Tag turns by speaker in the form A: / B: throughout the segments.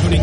A: tuning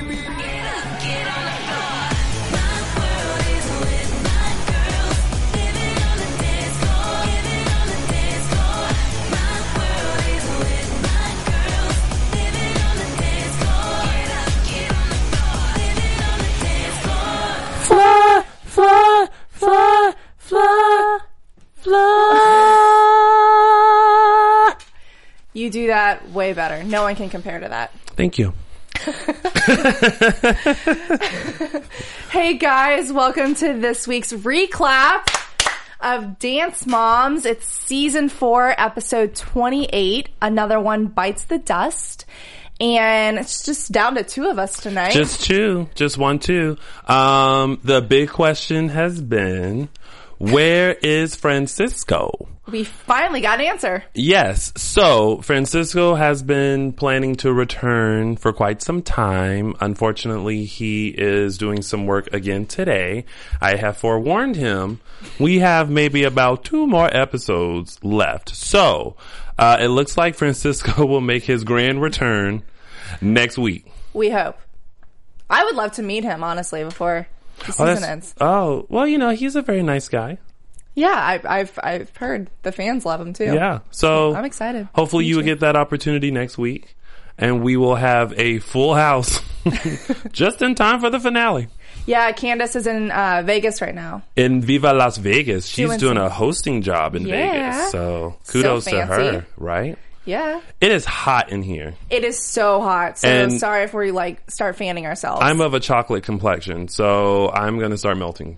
B: Fly, fly, fly, fly, fly.
C: You do that way better. No one can compare to that.
B: Thank you.
C: Hey guys, welcome to this week's reclap of Dance Moms. It's season four, episode 28. Another one bites the dust. And it's just down to two of us tonight.
B: Just two, just one, two. Um, the big question has been, where is Francisco?
C: we finally got an answer.
B: Yes. So Francisco has been planning to return for quite some time. Unfortunately, he is doing some work again today. I have forewarned him. We have maybe about two more episodes left. So uh, it looks like Francisco will make his grand return next week.
C: We hope. I would love to meet him, honestly, before the
B: Oh,
C: season
B: that's-
C: ends.
B: oh, well, you know, he's a very nice guy.
C: Yeah, I, I've, I've heard the fans love him too.
B: Yeah. So
C: I'm excited.
B: Hopefully,
C: Me
B: you will
C: too.
B: get that opportunity next week, and we will have a full house just in time for the finale.
C: Yeah, Candace is in uh, Vegas right now.
B: In Viva Las Vegas, she's
C: Doing
B: doing
C: some-
B: a hosting job in
C: Yeah.
B: Vegas, so
C: So
B: kudos to her.
C: fancy.
B: Right?
C: Yeah.
B: It is hot in here.
C: It is so hot. So
B: And-
C: sorry if we like start fanning ourselves.
B: I'm of a chocolate complexion, so I'm gonna start melting.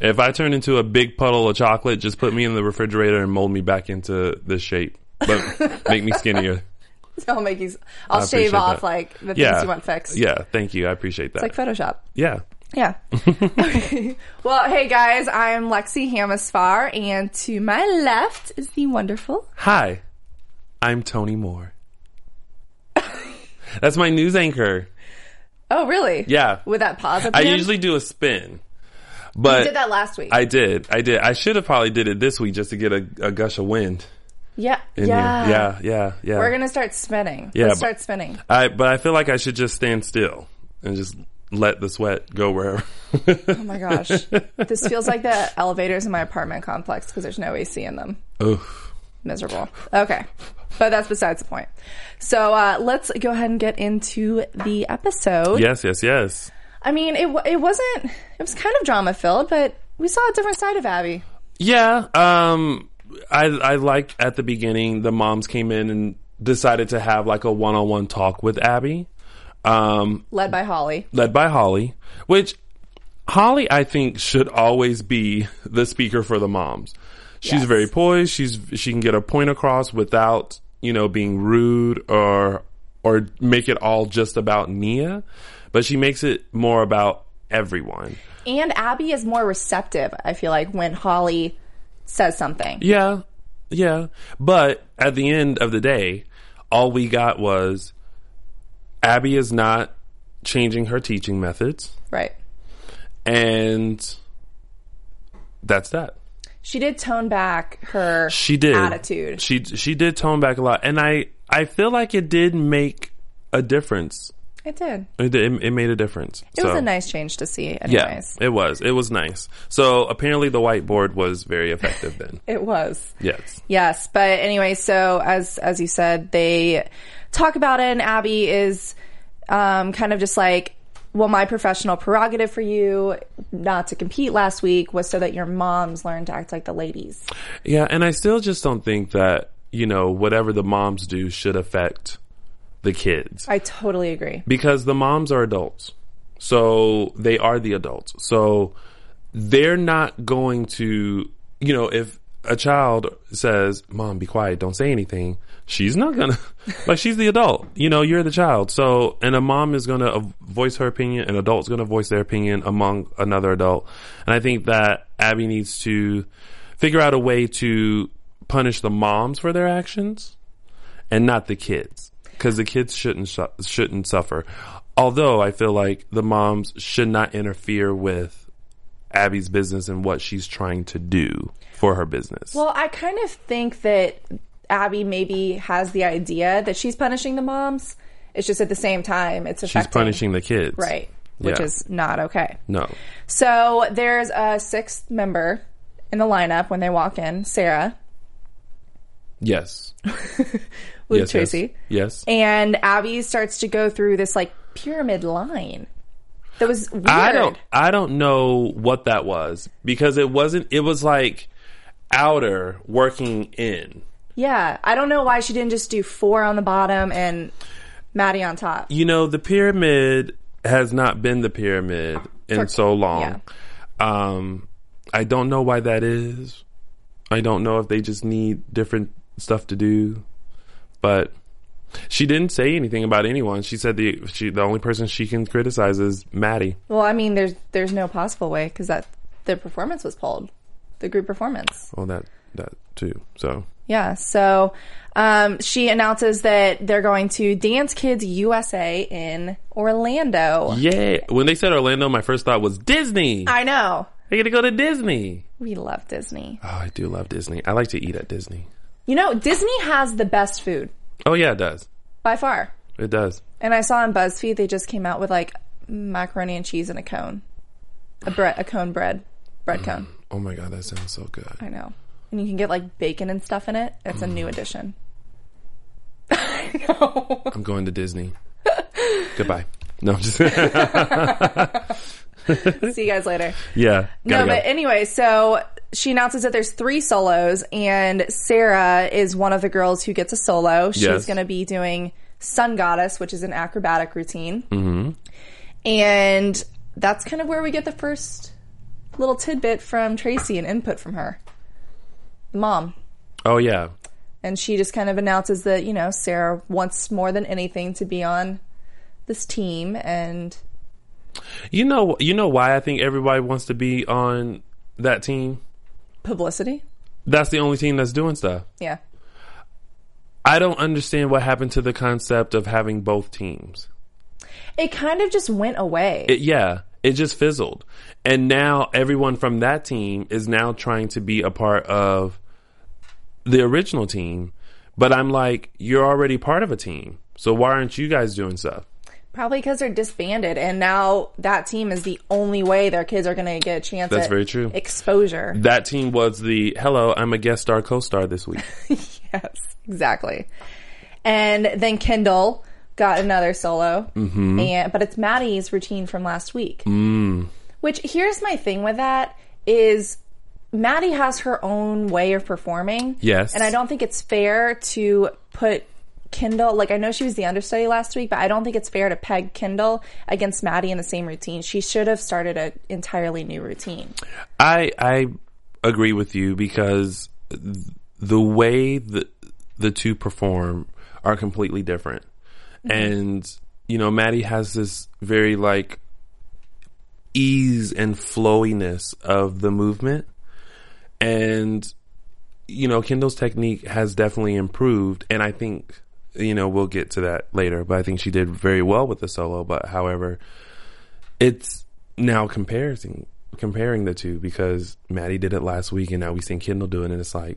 B: if I turn into a big puddle of chocolate, just put me in the refrigerator and mold me back into this shape, but make me skinnier.
C: I'll make you.
B: I
C: I'll
B: appreciate
C: shave off
B: that.
C: like the things
B: Yeah,
C: you want fixed.
B: Yeah, thank you. I appreciate that.
C: Like Photoshop.
B: yeah.
C: Yeah. Okay. Well, hey guys, I'm Lexi Hamasfar, and to my left is the wonderful.
B: Hi, I'm Tony Moore. That's my news anchor.
C: Oh, really?
B: Yeah.
C: With that pause. At the
B: I
C: end?
B: usually do a spin, but
C: You did that last week.
B: I did. I did. I should have probably did it this week just to get a, a gush of wind.
C: yeah.
B: In
C: yeah.
B: Here. Yeah. Yeah. Yeah.
C: We're gonna start spinning.
B: Yeah,
C: Let's
B: but-
C: start spinning.
B: I, but I feel like I should just stand still and just let the sweat go wherever.
C: Oh my gosh, this feels like the elevators in my apartment complex because there's no AC in them.
B: Oof.
C: miserable. Okay. But that's besides the point. So uh, let's go ahead and get into the episode.
B: Yes. Yes. Yes.
C: I mean, it, wa- it wasn't, it was kind of drama filled, but we saw a different side of Abby.
B: Yeah. Um, I I liked at the beginning the moms came in and decided to have like a one on one talk with Abby. Um,
C: Led by Holly.
B: led by Holly, which Holly I think should always be the speaker for the moms. She's
C: Yes.
B: very poised. She's she can get a point across without you know being rude or or make it all just about Nia, but she makes it more about everyone.
C: And Abby is more receptive, I feel like, when Holly says something.
B: Yeah, yeah. But at the end of the day, all we got was Abby is not changing her teaching methods,
C: Right.
B: and that's that.
C: She did tone back her
B: she did
C: attitude.
B: she she did tone back a lot and i i feel like it did make a difference
C: It did.
B: it, did- it made a difference
C: It was a nice change to see,
B: yeah
C: anyways.
B: it was it was nice so apparently the whiteboard was very effective then
C: It was.
B: yes
C: Yes, but anyway, so as as you said, they talk about it, and Abby is um, kind of just like, well, my professional prerogative for you not to compete last week was so that your moms learn to act like the ladies.
B: yeah and i still just don't think that you know whatever the moms do should affect the kids
C: I totally agree.
B: because the moms are adults So they are the adults. So they're not going to, you know, if a child says, "Mom, be quiet, don't say anything," she's not gonna, like, she's the adult. You know, you're the child. So, and a mom is gonna uh, voice her opinion, an adult's gonna voice their opinion among another adult. And I think that Abby needs to figure out a way to punish the moms for their actions and not the kids because the kids shouldn't su- shouldn't suffer. Although I feel like the moms should not interfere with Abby's business and what she's trying to do for her business.
C: Well, I kind of think that Abby maybe has the idea that she's punishing the moms. It's just at the same time, it's
B: she's
C: affecting
B: punishing the kids,
C: right, which
B: Yeah.
C: is not okay.
B: No,
C: So there's a sixth member in the lineup when they walk in, Sarah
B: yes,
C: Luke
B: yes,
C: Tracy.
B: yes. yes.
C: and Abby starts to go through this like pyramid line. That was weird.
B: I don't I don't know what that was because it wasn't. It was like outer working in.
C: Yeah, I don't know why she didn't just do four on the bottom and Maddie on top.
B: you know, the pyramid has not been the pyramid in
C: For-
B: so long. Um, I don't know why that is. I don't know if they just need different stuff to do, but she didn't say anything about anyone. She said the she the only person she can criticize is Maddie.
C: Well, I mean, there's there's no possible way because that the performance was pulled, the group performance.
B: Oh, that that too. So
C: Yeah, so um, she announces that they're going to Dance Kids USA in Orlando.
B: yeah, when they said Orlando, my first thought was Disney.
C: I know
B: They're gonna go to Disney.
C: we love Disney.
B: Oh, I do love Disney. I like to eat at Disney.
C: You know, Disney has the best food
B: Oh yeah, it does.
C: by far.
B: It does.
C: And I saw on BuzzFeed they just came out with like macaroni and cheese in a cone, a bread, a cone bread, bread cone.
B: Oh my god, that sounds so good.
C: I know. And you can get like bacon and stuff in it. It's a new addition.
B: I'm going to Disney. Goodbye. No, I'm just
C: See you guys later.
B: yeah.
C: No,
B: gotta go.
C: but anyway, so she announces that there's three solos, and Sarah is one of the girls who gets a solo. She's
B: Yes.
C: going to be doing Sun Goddess, which is an acrobatic routine. Mm-hmm. And that's kind of where we get the first little tidbit from Tracy and input from her mom.
B: oh yeah,
C: And she just kind of announces that, you know, Sarah wants more than anything to be on this team. And
B: you know, you know why I think everybody wants to be on that team.
C: publicity.
B: That's the only team that's doing stuff.
C: Yeah.
B: I don't understand what happened to the concept of having both teams.
C: It kind of just went away.
B: It, yeah, it just fizzled, and now everyone from that team is now trying to be a part of the original team. But I'm like, you're already part of a team, so why aren't you guys doing stuff?
C: Probably because they're disbanded, and now that team is the only way their kids are going to get a chance.
B: That's
C: at
B: very true.
C: Exposure.
B: That team was the hello, I'm a guest star co star this week.
C: Yes, exactly. And then Kendall got another solo, mm-hmm. and but it's Maddie's routine from last week. Mm. Which here's my thing with that is Maddie has her own way of performing.
B: Yes.
C: and I don't think it's fair to put. Kendall, like I know she was the understudy last week, but I don't think it's fair to peg Kendall against Maddie in the same routine. She should have started an entirely new routine.
B: I I agree with you because th- the way the the two perform are completely different. And you know, Maddie has this very like ease and flowiness of the movement and you know, Kendall's technique has definitely improved and I think you know, we'll get to that later, but I think she did very well with the solo, but however, it's now comparing comparing the two because Maddie did it last week and now we seen Kendall do it and it's like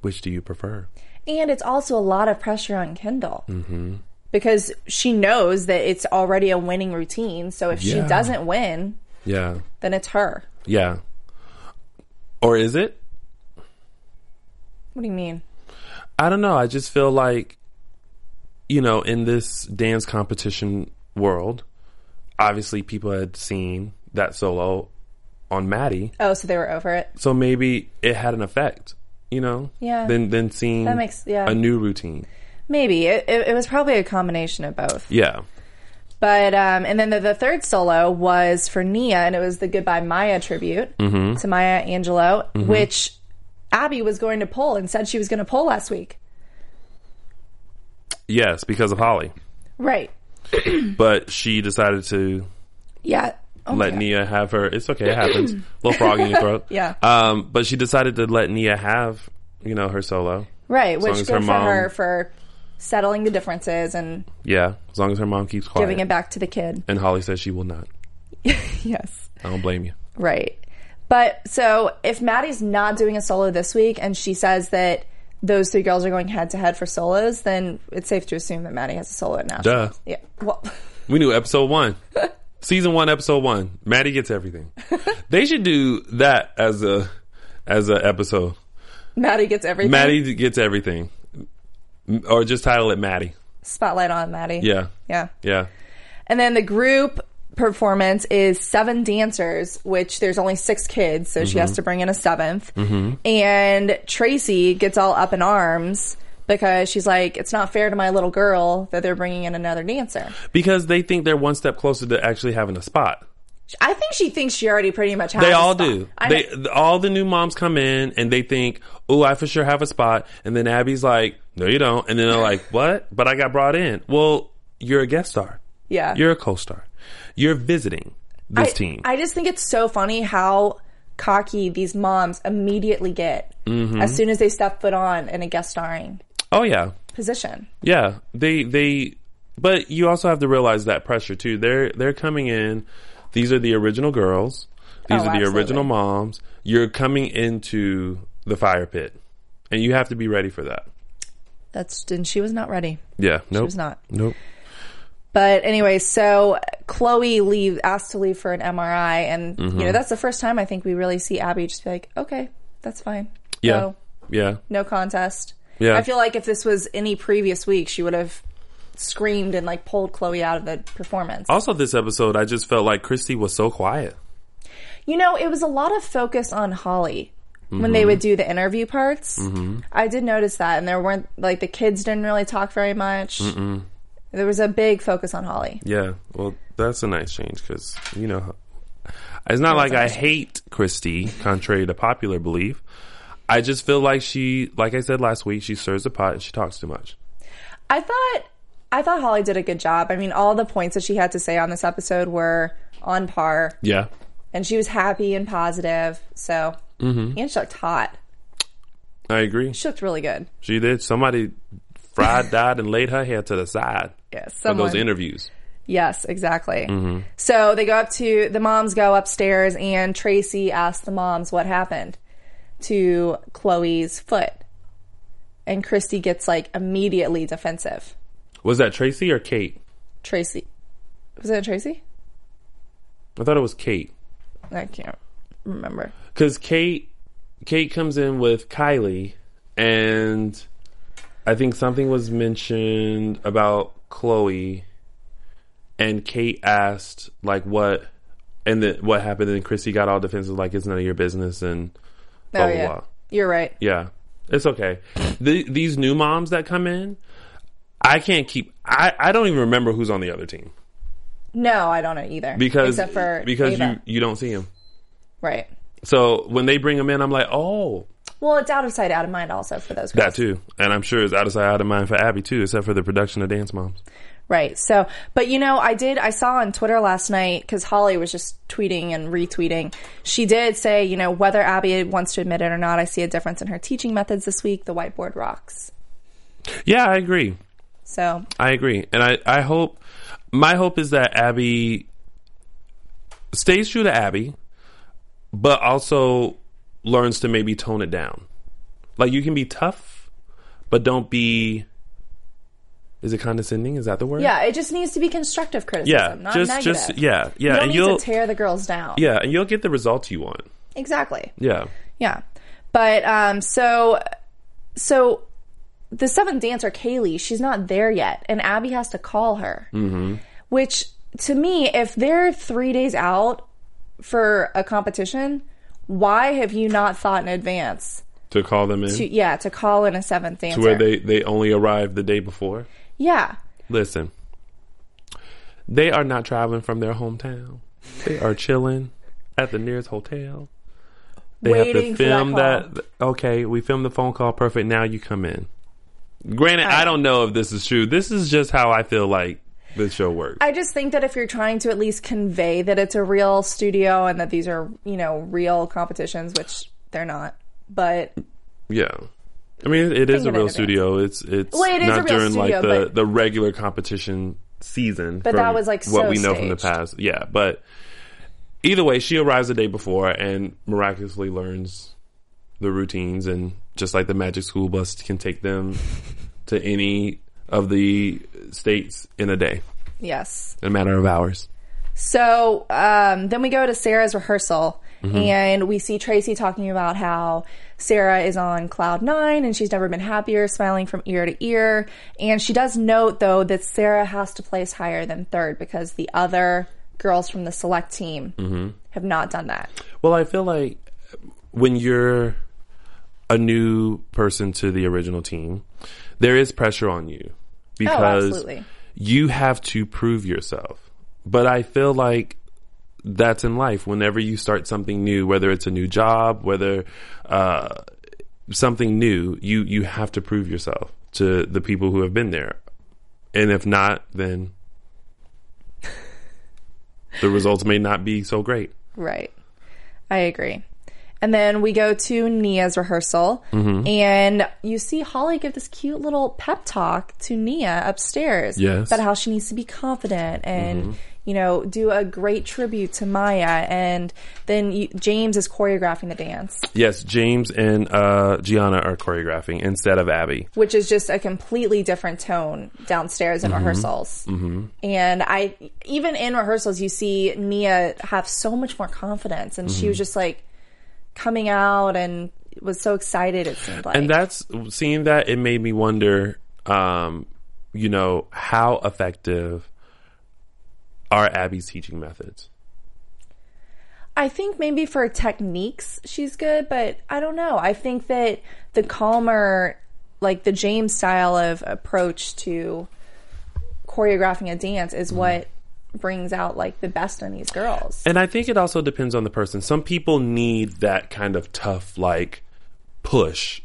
B: which do you prefer?
C: And it's also a lot of pressure on Kendall mm-hmm. because she knows that it's already a winning routine. So if
B: Yeah.
C: she doesn't win,
B: Yeah.
C: then it's her.
B: Yeah. Or is it?
C: What do you mean?
B: I don't know. I just feel like you know, in this dance competition world, obviously people had seen that solo on Maddie,
C: Oh, so they were over it.
B: so maybe it had an effect, you know?
C: Yeah.
B: Then then seeing
C: That makes- yeah.
B: a new routine.
C: Maybe it, it, it was probably a combination of both.
B: Yeah.
C: But um, and then the, the third solo was for Nia, and it was the Goodbye Maya tribute
B: Mm-hmm.
C: to Maya Angelou, which Abby was going to pull and said she was going to pull last week.
B: Yes, because of Holly.
C: Right?
B: But she decided to
C: Yeah. Oh my
B: let
C: God.
B: Nia have her. It's okay, it happens. Little frog in your throat.
C: Yeah.
B: Um, but she decided to let Nia have, you know, her solo.
C: Right, which
B: long as
C: good
B: her
C: for
B: mom-
C: her for settling the differences and
B: Yeah, as long as her mom keeps quiet.
C: giving it back to the kid.
B: And Holly says she will not.
C: Yes.
B: I don't blame you.
C: Right. But so if Maddie's not doing a solo this week and she says that those three girls are going head to head for solos, then it's safe to assume that Maddie has a solo at National.
B: Duh.
C: Yeah. Well,
B: We knew episode one. Season one, episode one. Maddie gets everything. they should do that as a as a episode.
C: Maddie gets everything.
B: Maddie gets everything. M- Or just title it Maddie.
C: Spotlight on Maddie.
B: Yeah.
C: Yeah.
B: Yeah.
C: And then the group performance is seven dancers, which there's only six kids, so
B: Mm-hmm.
C: she has to bring in a 7th And Tracy gets all up in arms because she's like, it's not fair to my little girl that they're bringing in another dancer.
B: Because they think they're one step closer to actually having a spot.
C: I think she thinks she already pretty much has.
B: They
C: a
B: all
C: spot.
B: do.
C: I
B: They
C: know.
B: th- all the new moms come in and they think, "Oh, I for sure have a spot." And then Abby's like, "No, you don't." And then they're like, "What?" But I got brought in. Well, you're a guest star.
C: yeah.
B: You're a co-star. You're visiting this
C: I-
B: team.
C: I just think it's so funny how cocky these moms immediately get
B: Mm-hmm.
C: as soon as they step foot on in a guest starring
B: oh yeah,
C: position.
B: yeah. They they. But you also have to realize that pressure too. They're they're coming in. These are the original girls.
C: Oh,
B: These are the
C: absolutely.
B: original moms. You're coming into the fire pit, and you have to be ready for that.
C: That's and she was not ready.
B: Yeah. Nope. She
C: was not.
B: Nope.
C: But anyway, so Chloe leave asked to leave for an MRI, and
B: Mm-hmm.
C: you know that's the first time I think we really see Abby just be like, "Okay, that's fine."
B: Yeah.
C: No,
B: Yeah.
C: no contest.
B: Yeah.
C: I feel like if this was any previous week, she would have screamed and like pulled Chloe out of the performance.
B: Also, this episode, I just felt like Christy was so quiet.
C: You know, it was a lot of focus on Holly when
B: Mm-hmm.
C: they would do the interview parts. I did notice that, and there weren't like the kids didn't really talk very much. There was a big focus on Holly.
B: Yeah. Well, that's a nice change because, you know, it's not like I hate Christy, contrary to popular belief. I just feel like she, like I said last week, she stirs the pot and she talks too much.
C: I thought I thought Holly did a good job. I mean, all the points that she had to say on this episode were on par,
B: Yeah.
C: and she was happy and positive. So,
B: Mm-hmm.
C: and she looked hot.
B: I agree.
C: She looked really good.
B: She did. Somebody fried, dyed, and laid her hair to the side
C: Yes,
B: for
C: someone.
B: those interviews. Mm-hmm.
C: Yes, exactly. So they go up to the moms go upstairs, and Tracy asks the moms what happened to Chloe's foot, and Christy gets like immediately defensive.
B: Was that Tracy or Kate?
C: Tracy, was it Tracy?
B: I thought it was Kate.
C: I can't remember.
B: because Kate Kate comes in with Kylie, and I think something was mentioned about Chloe, and Kate asked like what and then what happened, and Chrissy got all defensive like it's none of your business, and blah
C: oh
B: blah
C: yeah,
B: blah.
C: you're right.
B: Yeah, it's okay. The, these new moms that come in, I can't keep. I I don't even remember who's on the other team
C: No, I don't know either.
B: because
C: except for
B: because
C: Ava.
B: you you don't see them.
C: right.
B: So when they bring them in, I'm like, oh,
C: Well, it's out of sight, out of mind. Also for those girls.
B: That too, and I'm sure it's out of sight, out of mind for Abby too, except for the production of Dance Moms.
C: Right. So, but you know, I did, I saw on Twitter last night, cause Holly was just tweeting and retweeting. She did say, you know, whether Abby wants to admit it or not, I see a difference in her teaching methods this week. The whiteboard rocks.
B: Yeah, I agree.
C: So,
B: I agree, and I I hope my hope is that Abby stays true to Abby, but also learns to maybe tone it down. Like you can be tough, but don't be. Is it condescending? Is that the word?
C: yeah, it just needs to be constructive criticism,
B: Yeah.
C: not
B: just
C: negative.
B: just yeah yeah,
C: You don't
B: and
C: need
B: you'll
C: to tear the girls down.
B: yeah, and you'll get the results you want.
C: Exactly.
B: Yeah.
C: Yeah. But, um, so, so the seventh dancer, Kaylee, she's not there yet. And Abby has to call her. Mm-hmm. Which, to me, if they're three days out for a competition, why have you not thought in advance?
B: To call them in
C: To, yeah, to call in a seventh dancer.
B: where they they only arrived the day before.
C: yeah.
B: Listen, They are not traveling from their hometown. They are chilling at the nearest hotel. They
C: Waiting
B: have
C: for
B: to
C: that
B: film
C: call.
B: that, Okay, we filmed the phone call. Perfect. Now you come in. Granted, I don't know if this is true. This is just how I feel like the show works.
C: I just think that if you're trying to at least convey that it's a real studio and that these are, you know, real competitions, which they're not, but
B: yeah. I mean, it is
C: Think
B: a
C: of it
B: real
C: as-
B: studio. It's it's
C: Well, it is a
B: not
C: real
B: during like
C: studio,
B: the,
C: but-
B: the regular competition season.
C: But
B: from
C: that was, like,
B: what
C: so
B: we know from the
C: staged.
B: past. Yeah, but either way, she arrives the day before and miraculously learns the routines, and just like the magic school bus can take them to any of the states in a day,
C: yes.
B: in a matter of hours.
C: So um, then we go to Sarah's rehearsal, and we see Tracy talking about how Sarah is on cloud nine and she's never been happier, smiling from ear to ear. And she does note, though, that Sarah has to place higher than third because the other girls from the select team have not done that.
B: Well, I feel like when you're a new person to the original team, there is pressure on you
C: Oh,
B: because
C: absolutely.
B: you have to prove yourself. But I feel like that's in life. Whenever you start something new, whether it's a new job, whether uh, something new, you you have to prove yourself to the people who have been there. And if not, then the results may not be so great.
C: Right. I agree. And then we go to Nia's rehearsal, and you see Holly give this cute little pep talk to Nia upstairs
B: Yes.
C: about how she needs to be confident and, you know, do a great tribute to Maya. And then you, James is choreographing the dance,
B: Yes, James and uh, Gianna are choreographing instead of Abby.
C: which is just a completely different tone downstairs in rehearsals. Mm-hmm. And I, even in rehearsals, you see Nia have so much more confidence, and she was just like coming out and was so excited. It seemed like,
B: And that's seeing that it made me wonder, um, you know, how effective are Abby's teaching methods?
C: I think maybe for techniques she's good, but I don't know. I think that the calmer, like the James style of approach to choreographing a dance, is what brings out like the best in these girls.
B: And I think it also depends on the person. Some people need that kind of tough, like push,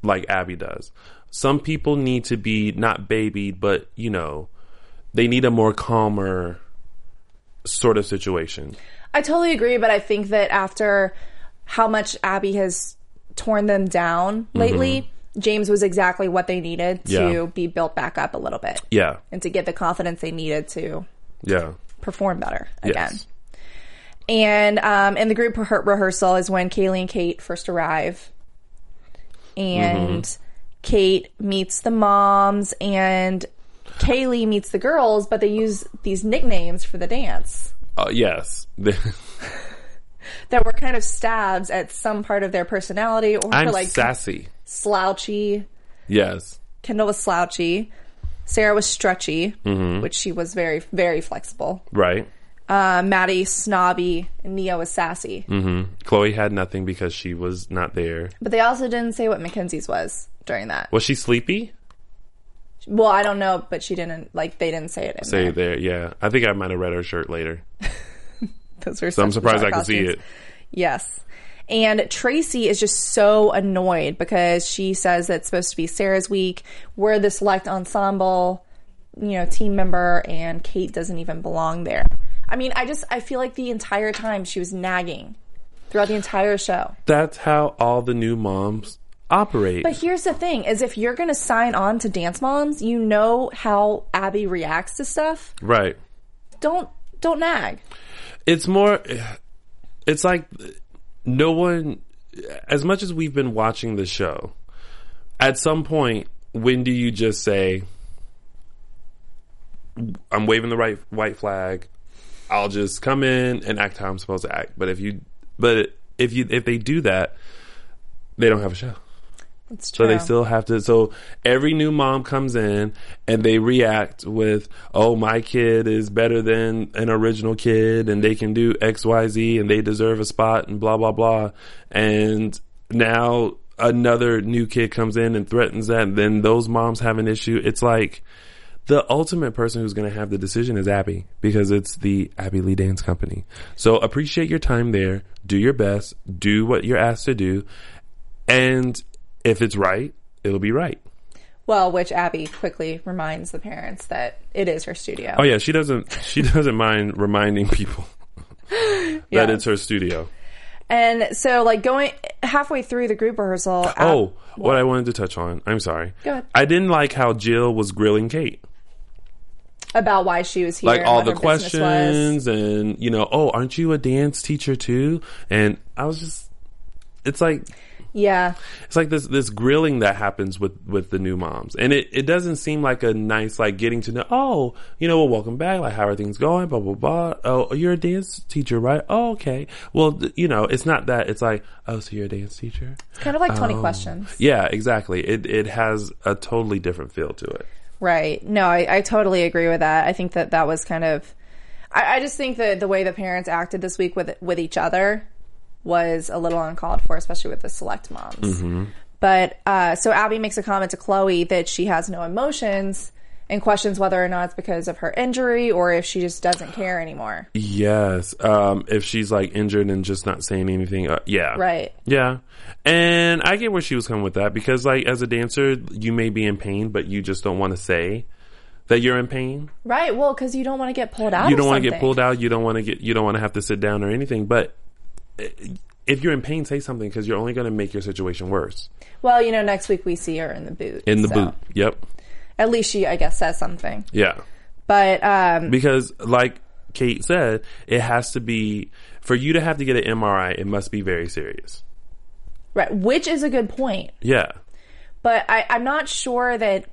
B: like Abby does. Some people need to be not babied, but you know, they need a more calmer sort of situation.
C: I totally agree, but I think that after how much Abby has torn them down lately, James was exactly what they needed to
B: Mm-hmm. Yeah.
C: be built back up a little bit
B: Yeah,
C: and to get the confidence they needed to
B: yeah,
C: perform better again.
B: yes.
C: And um, in the group rehe- rehearsal is when Kaylee and Kate first arrive, and
B: Mm-hmm.
C: Kate meets the moms and. Kaylee meets the girls, but they use these nicknames for the dance.
B: Uh, yes.
C: that were kind of stabs at some part of their personality or
B: I'm
C: like
B: sassy.
C: slouchy.
B: Yes.
C: Kendall was slouchy. Sarah was stretchy,
B: Mm-hmm.
C: which she was very, very flexible.
B: Right.
C: Uh, Maddie snobby, and Nia was sassy.
B: Mm. Chloe had nothing because she was not there.
C: But they also didn't say what Mackenzie's was during that.
B: Was she sleepy?
C: Well, I don't know, but she didn't like they didn't say it. In
B: Say
C: there.
B: there. Yeah. I think I might have read her shirt later.
C: Those were
B: So I'm
C: such
B: surprised I
C: bizarre
B: could see
C: costumes.
B: it.
C: Yes. And Tracy is just so annoyed because she says that's supposed to be Sarah's week. We're the select ensemble, you know, team member, and Kate doesn't even belong there. I mean, I just I feel like the entire time she was nagging throughout the entire show.
B: That's how all the new moms operate.
C: But here's the thing: is if you're going to sign on to Dance Moms, you know how Abby reacts to stuff.
B: right.
C: Don't don't nag.
B: It's more it's like no one as much as we've been watching the show, at some point when do you just say I'm waving the right white flag. I'll just come in and act how I'm supposed to act. But if you, but if you, if they do that, they don't have a show.
C: It's
B: So
C: true.
B: they still have to. So every new mom comes in and they react with, "Oh, my kid is better than an original kid, and they can do X, Y, Z, and they deserve a spot, and blah blah blah." And now another new kid comes in and threatens that, and then those moms have an issue. It's like the ultimate person who's going to have the decision is Abby because it's the Abby Lee Dance Company. So appreciate your time there. Do your best. Do what you're asked to do. And if it's right, it'll be right.
C: Well, which Abby quickly reminds the parents that it is her studio.
B: Oh yeah, she doesn't she doesn't mind reminding people that it's her studio.
C: And so, like, going halfway through the group rehearsal. Ab-
B: Oh, what I wanted to touch on. I'm sorry.
C: Um, Go ahead.
B: I didn't like how Jill was grilling Kate.
C: About why she was here.
B: like
C: and
B: all
C: what
B: the
C: her business was.
B: questions and you know oh aren't you a dance teacher too and i was just it's like
C: Yeah.
B: it's like this this grilling that happens with with the new moms and it it doesn't seem like a nice like getting to know oh you know well welcome back like how are things going blah blah blah oh you're a dance teacher right oh okay well th- you know it's not that it's like oh so you're a dance teacher
C: Kind of like 20
B: Oh.
C: questions.
B: yeah exactly it it has a totally different feel to it
C: Right. No, I, I totally agree with that. I think that that was kind of. I, I just think that the way the parents acted this week with with each other was a little uncalled for, especially with the select moms.
B: Mm-hmm.
C: But uh, so Abby makes a comment to Chloe that she has no emotions and questions whether or not it's because of her injury or if she just doesn't care anymore.
B: Yes. Um, if she's like injured and just not saying anything, uh, yeah.
C: Right.
B: Yeah. And I get where she was coming with that because, like, as a dancer, you may be in pain, but you just don't want to say that you're in pain.
C: Right. Well, because you don't want to get pulled out.
B: you don't
C: want to
B: get pulled out. You don't want to get. You don't want to have to sit down or anything. But uh, if you're in pain, say something because you're only going to make your situation worse.
C: Well, you know, next week we see her in the boot.
B: In the
C: so
B: boot. Yep.
C: At least she, I guess, says something.
B: Yeah.
C: But um,
B: Because, like Kate said, it has to be for you to have to get an MRI. It must be very serious.
C: right, which is a good point.
B: Yeah.
C: but I, I'm not sure that.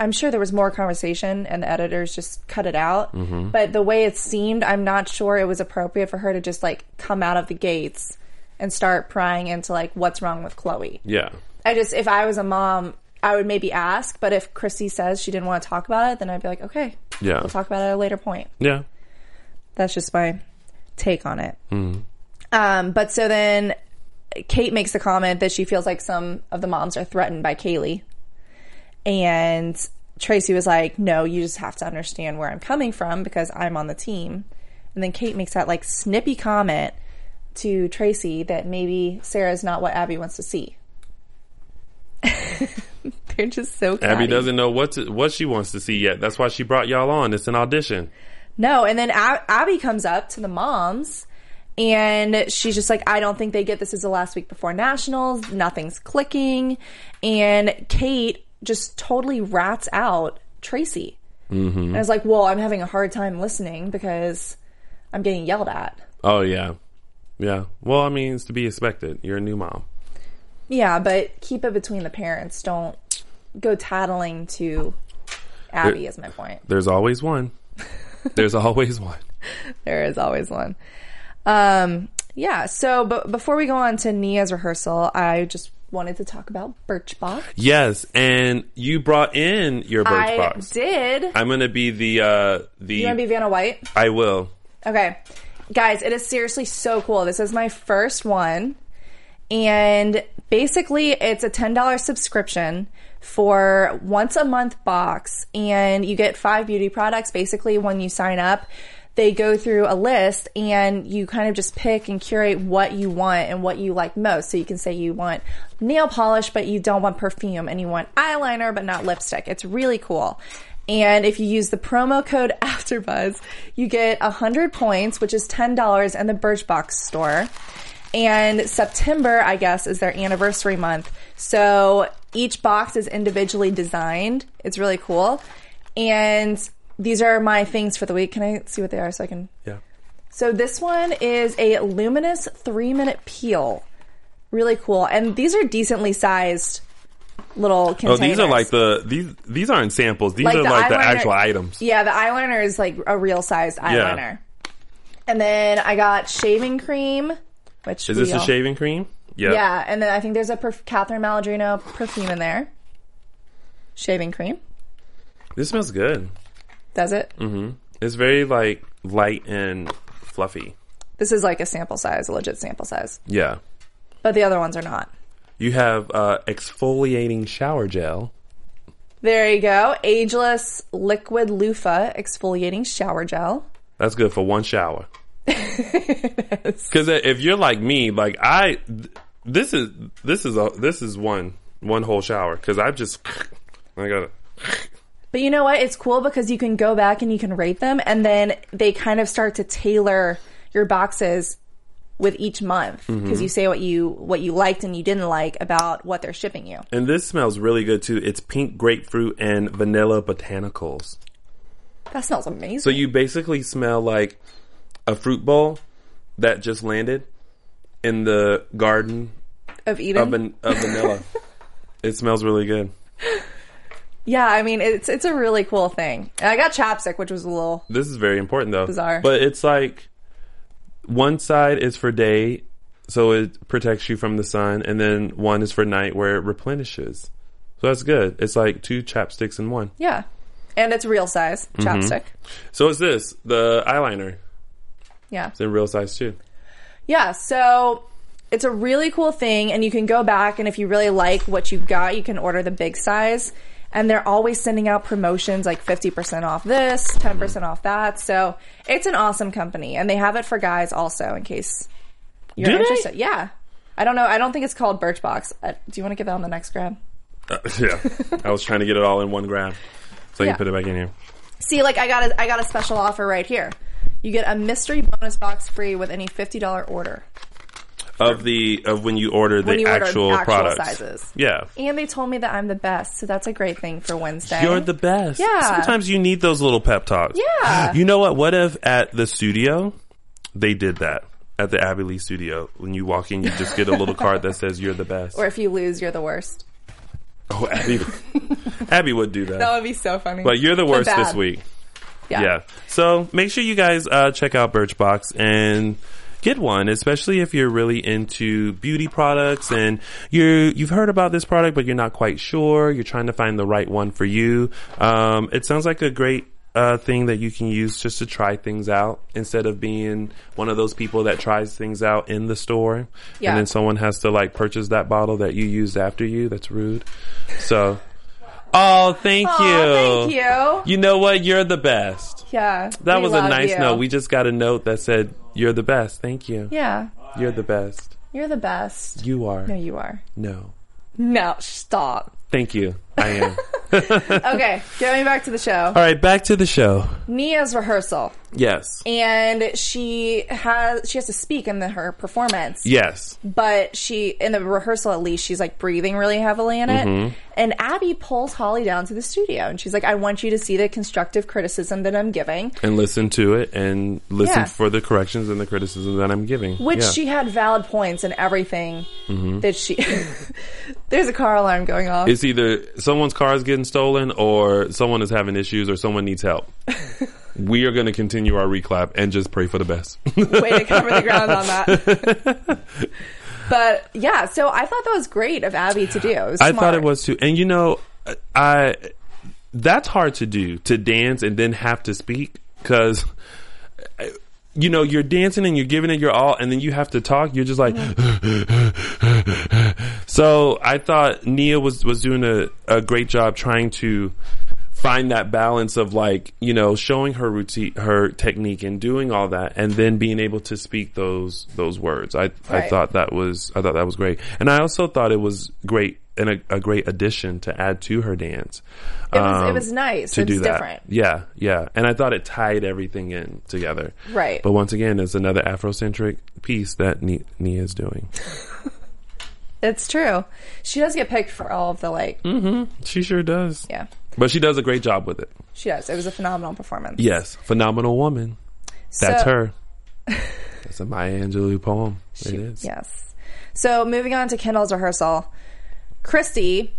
C: I'm sure there was more conversation, and the editors just cut it out.
B: Mm-hmm.
C: But the way it seemed, I'm not sure it was appropriate for her to just like come out of the gates and start prying into like what's wrong with Chloe.
B: Yeah.
C: I just, if I was a mom, I would maybe ask. But if Chrissy says she didn't want to talk about it, then I'd be like, okay,
B: Yeah.
C: we'll talk about it at a later point.
B: Yeah.
C: That's just my take on it.
B: Hmm.
C: Um, but so then Kate makes the comment that she feels like some of the moms are threatened by Kaylee. And Tracy was like, no, you just have to understand where I'm coming from because I'm on the team. And then Kate makes that like snippy comment to Tracy that maybe Sarah's not what Abby wants to see. They're just so
B: Abby
C: catty.
B: doesn't know what to, what she wants to see yet. That's why she brought y'all on. It's an audition.
C: No, and then Ab- Abby comes up to the moms and she's just like, I don't think they get this is the last week before nationals. Nothing's clicking. And Kate just totally rats out Tracy. Mm-hmm. And I was like, well, I'm having a hard time listening because I'm getting yelled at.
B: Oh yeah, yeah. Well, I mean, it's to be expected. You're a new mom.
C: Yeah, but keep it between the parents. Don't go tattling to Abby,
B: There-
C: is my point.
B: There's always one. There's always one.
C: There is always one. Um, yeah. So, but before we go on to Nia's rehearsal, I just wanted to talk about Birchbox.
B: Yes, and you brought in your birch
C: I
B: box.
C: did.
B: I'm gonna be the uh
C: you
B: the.
C: want to be Vanna White?
B: I will.
C: Okay, guys, it is seriously so cool. This is my first one, and basically, it's a ten dollars subscription for once a month box, and you get five beauty products. Basically, when you sign up. They go through a list and you kind of just pick and curate what you want and what you like most. So you can say you want nail polish, but you don't want perfume and you want eyeliner, but not lipstick. It's really cool. And if you use the promo code AfterBuzz, you get 100 points, which is $10 in the Birchbox store. And September, I guess, is their anniversary month. So each box is individually designed. It's really cool. And these are my things for the week. Can I see what they are so I can?
B: Yeah.
C: So this one is a luminous three minute peel. Really cool. And these are decently sized little
B: Oh,
C: containers.
B: these are like the these these aren't samples. These are
C: the
B: like the
C: eyeliner-
B: actual items.
C: Yeah, the eyeliner is like a real sized eyeliner. And then I got shaving cream, which
B: Is this
C: we
B: a
C: all-
B: shaving cream?
C: Yeah, and then I think there's a perf- Catherine Maladrino perfume in there. Shaving cream
B: This smells good.
C: does it.
B: Mm-hmm. It's very like light and fluffy.
C: This is like a sample size, a legit sample size,
B: Yeah.
C: but the other ones are not.
B: You have uh, exfoliating shower gel.
C: There you go. Ageless liquid loofah exfoliating shower gel.
B: That's good for one shower. Because if you're like me, like I, th- this is this is a this is one one whole shower. Because I've just I gotta.
C: But you know what? It's cool because you can go back and you can rate them, and then they kind of start to tailor your boxes with each month
B: Mm-hmm.
C: because you say what you what you liked and you didn't like about what they're shipping you.
B: And this smells really good too. It's pink grapefruit and vanilla botanicals.
C: That smells amazing.
B: So you basically smell like a fruit bowl that just landed in the garden
C: of
B: of,
C: Eden,
B: van- of vanilla. it smells really good.
C: yeah. I mean, it's it's a really cool thing. And I got chapstick, which was a little
B: This is very important though.
C: Bizarre.
B: But it's like one side is for day, so it protects you from the sun, and then one is for night where it replenishes. So that's good. It's like two chapsticks in one.
C: yeah, and it's real size
B: Mm-hmm.
C: chapstick.
B: So is this the eyeliner?
C: Yeah.
B: It's in real size too.
C: Yeah, so it's a really cool thing, and you can go back and if you really like what you've got, you can order the big size. And they're always sending out promotions like 50% off this, 10% off that. So it's an awesome company. And they have it for guys also in case you're
B: Do they?
C: interested. Yeah. I don't know. I don't think it's called Birchbox. Uh, do you want to get that on the next grab?
B: Uh, yeah, I was trying to get it all in one grab, so you
C: Yeah.
B: can put it back in here.
C: See, like I got a, I got a special offer right here. You get a mystery bonus box free with any $50 order.
B: of the of when you order the
C: When you order
B: actual,
C: actual
B: products.
C: sizes.
B: Yeah.
C: And they told me that I'm the best, so that's a great thing for Wednesday.
B: You're the best.
C: Eh? Yeah.
B: Sometimes you need those little pep talks.
C: Yeah.
B: You know what? What if at the studio they did that at the Abbey Lee studio when you walk in you just get a little card that says you're the best.
C: Or if you lose, you're the worst.
B: oh, Abby. Abby would do that.
C: That would be so funny.
B: but you're the worst this
C: bad.
B: week. Yeah. So make sure you guys uh, check out Birchbox and get one, especially if you're really into beauty products and you're you've heard about this product but you're not quite sure. You're trying to find the right one for you. Um, it sounds like a great. Uh, thing that you can use just to try things out instead of being one of those people that tries things out in the store
C: Yeah.
B: and then someone has to like purchase that bottle that you used after you that's rude so oh thank
C: Aw,
B: you
C: thank you.
B: you know what you're the best
C: Yeah.
B: that
C: we
B: was a
C: love
B: nice
C: you.
B: note. We just got a note that said, "You're the best. Thank you.
C: Yeah.
B: You're the best.
C: You're the best.
B: You are.
C: No, you are.
B: No.
C: No, stop.
B: Thank you. I am."
C: Okay, going back to the show.
B: All right, back to the show.
C: Nia's rehearsal,
B: Yes.
C: and she has she has to speak in the, her performance.
B: Yes.
C: But she in the rehearsal at least she's like breathing really heavily in it.
B: Mm-hmm.
C: And Abby pulls Holly down to the studio, and she's like, "I want you to see the constructive criticism that I'm giving."
B: And listen to it and listen
C: Yeah.
B: for the corrections and the criticism that I'm giving.
C: Which
B: Yeah. Mm-hmm.
C: she had valid points and everything that she. There's a car alarm going off.
B: It's either someone's car is getting stolen or someone is having issues or someone needs help. we are going to continue our reclap and just pray for the best.
C: Way to cover the ground on that. but yeah, so I thought that was great of Abby to do. It was
B: I thought
C: smart.
B: it was too. And you know, I that's hard to do to dance and then have to speak because you know you're dancing and you're giving it your all, and then you have to talk. You're just like. so I thought Nia was was doing a, a great job trying to find that balance of like you know showing her routine her technique and doing all that and then being able to speak those those words i i
C: Right.
B: thought thought that was I thought that was great, and I also thought it was great and a, a great addition to add to her dance.
C: It was- it was nice.
B: um, to
C: It's
B: do that.
C: different.
B: Yeah, yeah, and I thought it tied everything in together.
C: Right.
B: But once again, it's another Afrocentric piece that Ni- Nia is doing.
C: It's true. She does get picked for all of the like.
B: Mm. She sure does.
C: Yeah,
B: But she does a great job with it.
C: she does. It was a phenomenal performance.
B: Yes, phenomenal woman. That's
C: So-
B: her. That's a Maya Angelou poem. it is.
C: Yes. So moving on to Kendall's rehearsal, Christy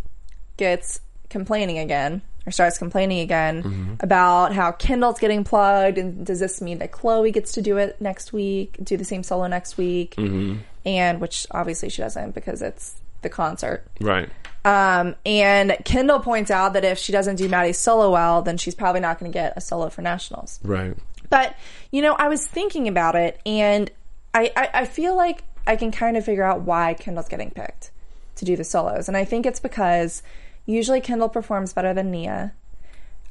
C: gets complaining again, or starts complaining again
B: Mm-hmm.
C: about how Kendall's getting plugged, and does this mean that Chloe gets to do it next week, do the same solo next week,
B: Mm-hmm.
C: and which obviously she doesn't because it's the concert.
B: Right.
C: Um, and Kendall points out that if she doesn't do Maddie's solo well, then she's probably not going to get a solo for nationals.
B: Right.
C: But you know, I was thinking about it, and I, I I feel like I can kind of figure out why Kendall's getting picked to do the solos, and I think it's because Usually, Kendall performs better than Nia.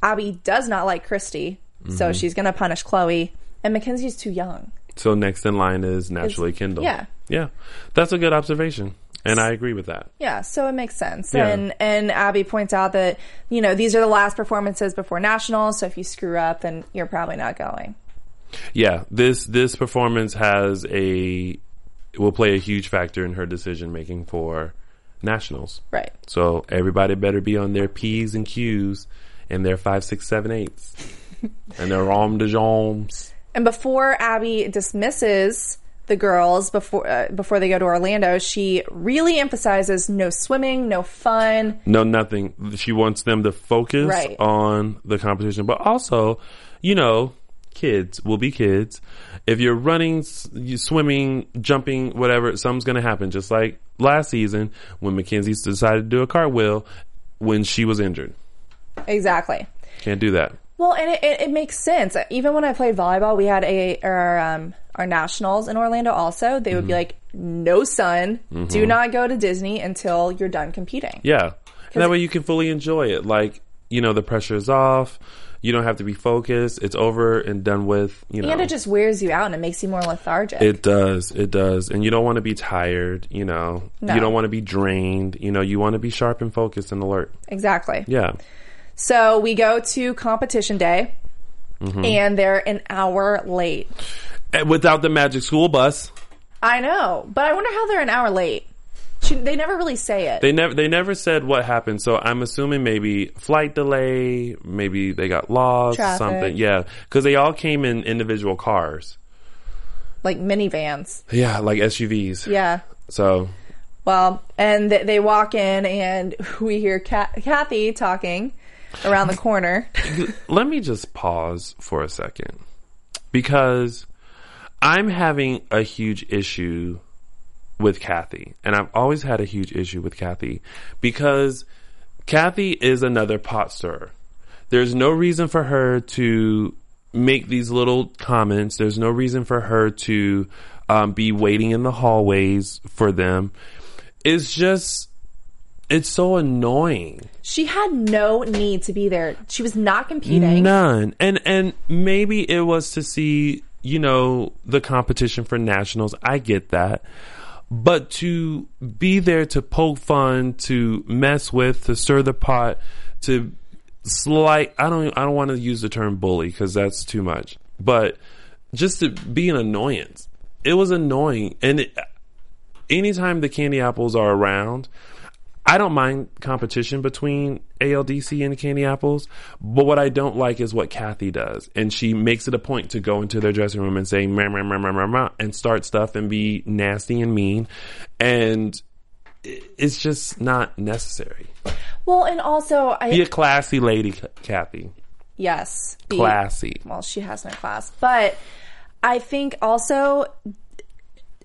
C: Abby does not like Christy, so she's going to punish Chloe. And Mackenzie's too young.
B: So next in line is naturally
C: Is-
B: Kindle.
C: yeah.
B: Yeah. That's a good observation. And I agree with that.
C: Yeah, so it makes sense.
B: Yeah.
C: And and Abby points out that, you know, these are the last performances before nationals, so if you screw up then you're probably not going.
B: Yeah, this this performance has a will play a huge factor in her decision making for nationals.
C: Right.
B: So everybody better be on their P's and Q's and their five, six, seven, eights. and their rom de jambes.
C: And before Abby dismisses the girls before uh, before they go to Orlando, she really emphasizes no swimming, no fun.
B: No, nothing. She wants them to focus
C: Right.
B: on the competition, but also, you know, kids will be kids. If you're running, s- you- swimming, jumping, whatever, something's going to happen. Just like last season when Mackenzie decided to do a cartwheel when she was injured.
C: Exactly.
B: Can't do that.
C: Well, and it, it, it makes sense. Even when I played volleyball, we had a our um, our nationals in Orlando. Also, they would
B: Mm-hmm.
C: be like, "No sun. Do not go to Disney until you're done competing."
B: Yeah. And that way you can fully enjoy it. Like, you know, the pressure is off. You don't have to be focused. It's over and done with, you know.
C: And it just wears you out and it makes you more lethargic.
B: It does. It does. And you don't want to be tired, you know.
C: No.
B: You don't want to be drained. You know, you want to be sharp and focused and alert.
C: exactly.
B: Yeah.
C: So we go to competition day,
B: Mm-hmm.
C: and they're an hour late.
B: And without the magic school bus,
C: I know, but I wonder how they're an hour late. She, they never really say it.
B: they never they never said what happened. So I'm assuming maybe flight delay, maybe they got lost,
C: Traffic.
B: something. Yeah, cuz they all came in individual cars.
C: like minivans.
B: Yeah, like SUVs.
C: Yeah.
B: So,
C: Well, and th- they walk in, and we hear Ca- Kathy talking around the corner.
B: let me just pause for a second because I'm having a huge issue with Kathy, and I've always had a huge issue with Kathy because Kathy is another pot stirrer. There's no reason for her to make these little comments. There's no reason for her to um, be waiting in the hallways for them. It's just, it's so annoying.
C: She had no need to be there. She was not competing.
B: None. And and maybe it was to see, you know, the competition for nationals. I get that. But to be there to poke fun, to mess with, to stir the pot, to slight I don't I don't want to use the term bully cuz that's too much. But just to be an annoyance. It was annoying and it, anytime the candy apples are around, I don't mind competition between ALDC and Candy Apples, but what I don't like is what Kathy does. And she makes it a point to go into their dressing room and say, meh, meh, meh, meh, meh, meh, and start stuff and be nasty and mean. And i- it's just not necessary.
C: Well, and also, I
B: Be a classy lady, K- Kathy.
C: yes, the-
B: Classy.
C: well, she has no class, but I think also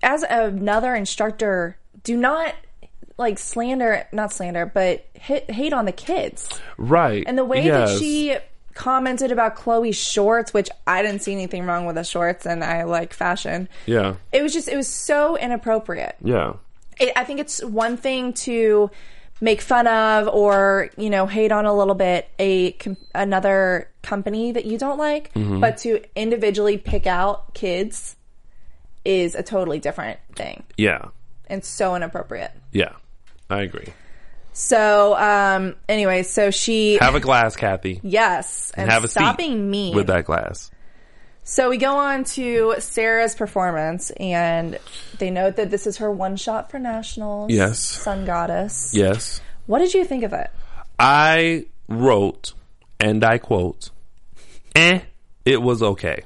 C: as another instructor, do not like slander, not slander, but hit, hate on the kids.
B: Right.
C: And the way that she commented about Chloe's shorts, which I didn't see anything wrong with the shorts, and I like fashion.
B: Yeah.
C: It was just, it was so inappropriate.
B: Yeah.
C: It, I think it's one thing to make fun of or, you know, hate on a little bit a com- another company that you don't like,
B: Mm-hmm.
C: but to individually pick out kids is a totally different thing
B: Yeah.
C: and so inappropriate.
B: Yeah. I agree.
C: So, um, anyway, so she,
B: Have a glass, Kathy.
C: yes, and
B: Have a
C: stop
B: seat
C: being mean
B: with that glass.
C: So we go on to Sarah's performance, and they note that this is her one shot for nationals.
B: Yes.
C: Sun Goddess.
B: Yes.
C: What did you think of it?
B: I wrote, and I quote, eh, it was okay.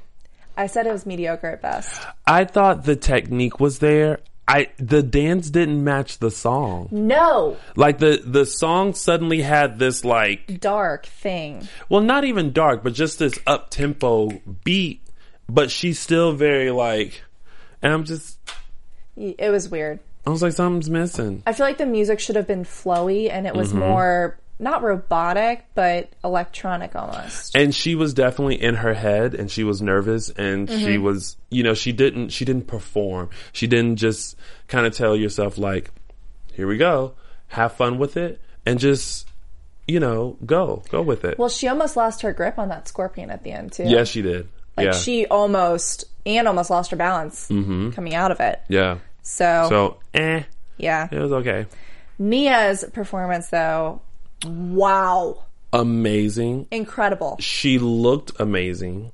C: I said it was mediocre at best.
B: I thought the technique was there. I the dance didn't match the song.
C: No
B: Like the the song suddenly had this like
C: dark thing.
B: well not even dark but just this up tempo beat but she's still very like and I'm just
C: Y- It was weird.
B: I was like something's missing.
C: I feel like the music should have been flowy, and it was more not robotic, but electronic almost.
B: And she was definitely in her head and she was nervous and she
C: Mm-hmm.
B: was you know she didn't she didn't perform. She didn't just kind of tell yourself like here we go. Have fun with it and just you know, go go with it.
C: Well, she almost lost her grip on that scorpion at the end too.
B: yeah, she did.
C: like
B: yeah,
C: she almost and almost lost her balance coming out of it.
B: yeah.
C: So,
B: So, eh,
C: yeah.
B: it was okay.
C: Nia's performance though, wow,
B: Amazing.
C: incredible.
B: She looked amazing.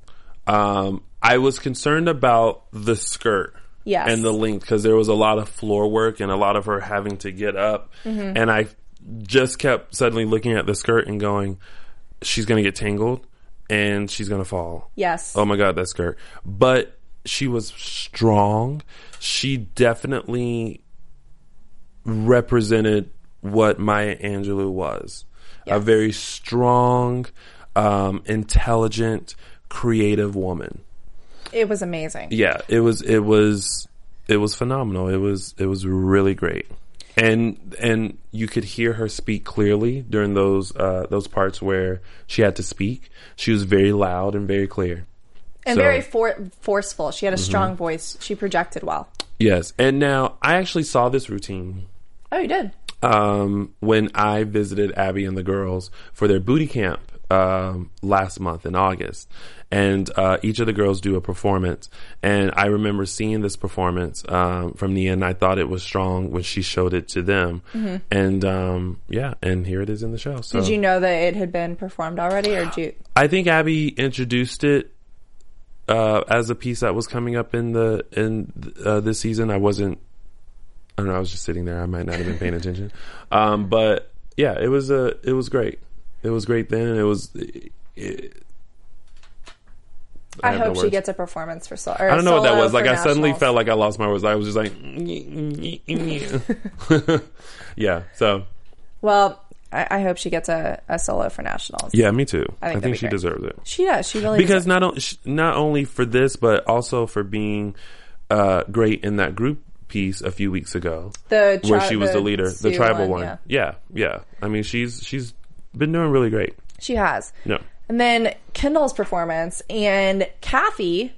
B: Um, I was concerned about the skirt.
C: Yes.
B: And the length because there was a lot of floor work and a lot of her having to get up. And I just kept suddenly looking at the skirt and going, she's going to get tangled and she's going to fall.
C: Yes.
B: Oh my God, that skirt. But she was strong. She definitely represented what Maya Angelou was a very strong, um, intelligent, creative woman.
C: it was amazing.
B: Yeah, it was it was it was phenomenal. It was it was really great. And and you could hear her speak clearly during those uh, those parts where she had to speak. She was very loud and very clear.
C: and
B: so-
C: very for- forceful. She had a strong
B: Mm-hmm.
C: voice. She projected well.
B: Yes. And now I actually saw this routine
C: Oh, you did.
B: um, when I visited Abby and the girls for their booty camp um, last month in August. And uh, each of the girls do a performance. And I remember seeing this performance um, from Nia, and I thought it was strong when she showed it to them. And um, yeah, and here it is in the show. So
C: Mm-hmm. Did you know that it had been performed already, or did you?
B: I think Abby introduced it. Uh, as a piece that was coming up in the in uh, this season, I wasn't. I don't know. I was just sitting there. I might not have been paying attention. Um, but yeah, it was a. It was great. It was great then. It was. It,
C: I,
B: have no
C: hope she
B: words.
C: gets a performance for solo. Or
B: I don't know what that
C: solo
B: was. Like
C: for
B: I suddenly
C: nationals.
B: felt like I lost my words. I was just like, yeah. So
C: Well, I, I hope she gets a, a solo for nationals.
B: yeah, me too.
C: I think
B: I
C: that'd
B: think
C: be
B: she
C: great.
B: deserves it.
C: She does. She really
B: because
C: does.
B: not on, sh- not only for this, but also for being uh, great in that group piece a few weeks ago,
C: The tri-
B: where she was the, leader, the
C: Sioux
B: tribal one.
C: yeah.
B: Yeah. yeah, I mean, she's she's been doing really great.
C: She has.
B: No,
C: And then Kendall's performance and Kathy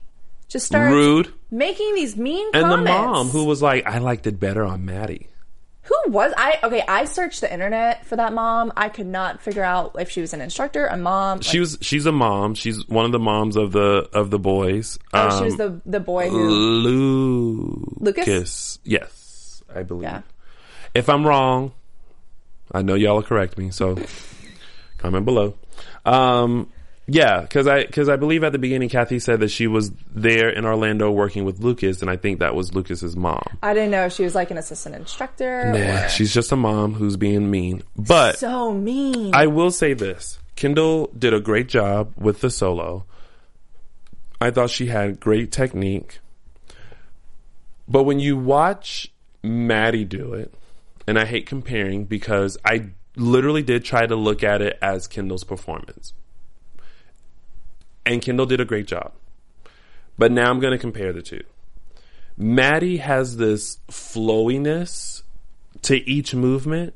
C: just started
B: rude,
C: making these mean
B: and
C: comments.
B: the mom who was like, "I liked it better on Maddie."
C: Who was I? Okay, I searched the internet for that mom. I could not figure out if she was an instructor, a mom.
B: She was she's a mom. She's one of the moms of the of the boys.
C: like, oh, she was
B: um,
C: the the boy who.
B: Lucas.
C: Lucas?
B: Yes, I believe.
C: Yeah.
B: If I'm wrong, I know y'all will correct me. So comment below. Um, yeah, because I because I believe at the beginning Kathy said that she was there in Orlando working with Lucas, and I think that was Lucas's mom.
C: I didn't know if she was like an assistant instructor.
B: Nah, she's just a mom who's being mean. But
C: Oh, So mean.
B: I will say this: Kendall did a great job with the solo. I thought she had great technique, but when you watch Maddie do it, and I hate comparing because I literally did try to look at it as Kendall's performance, and Kendall did a great job. But now I'm going to compare the two. Maddie has this flowiness to each movement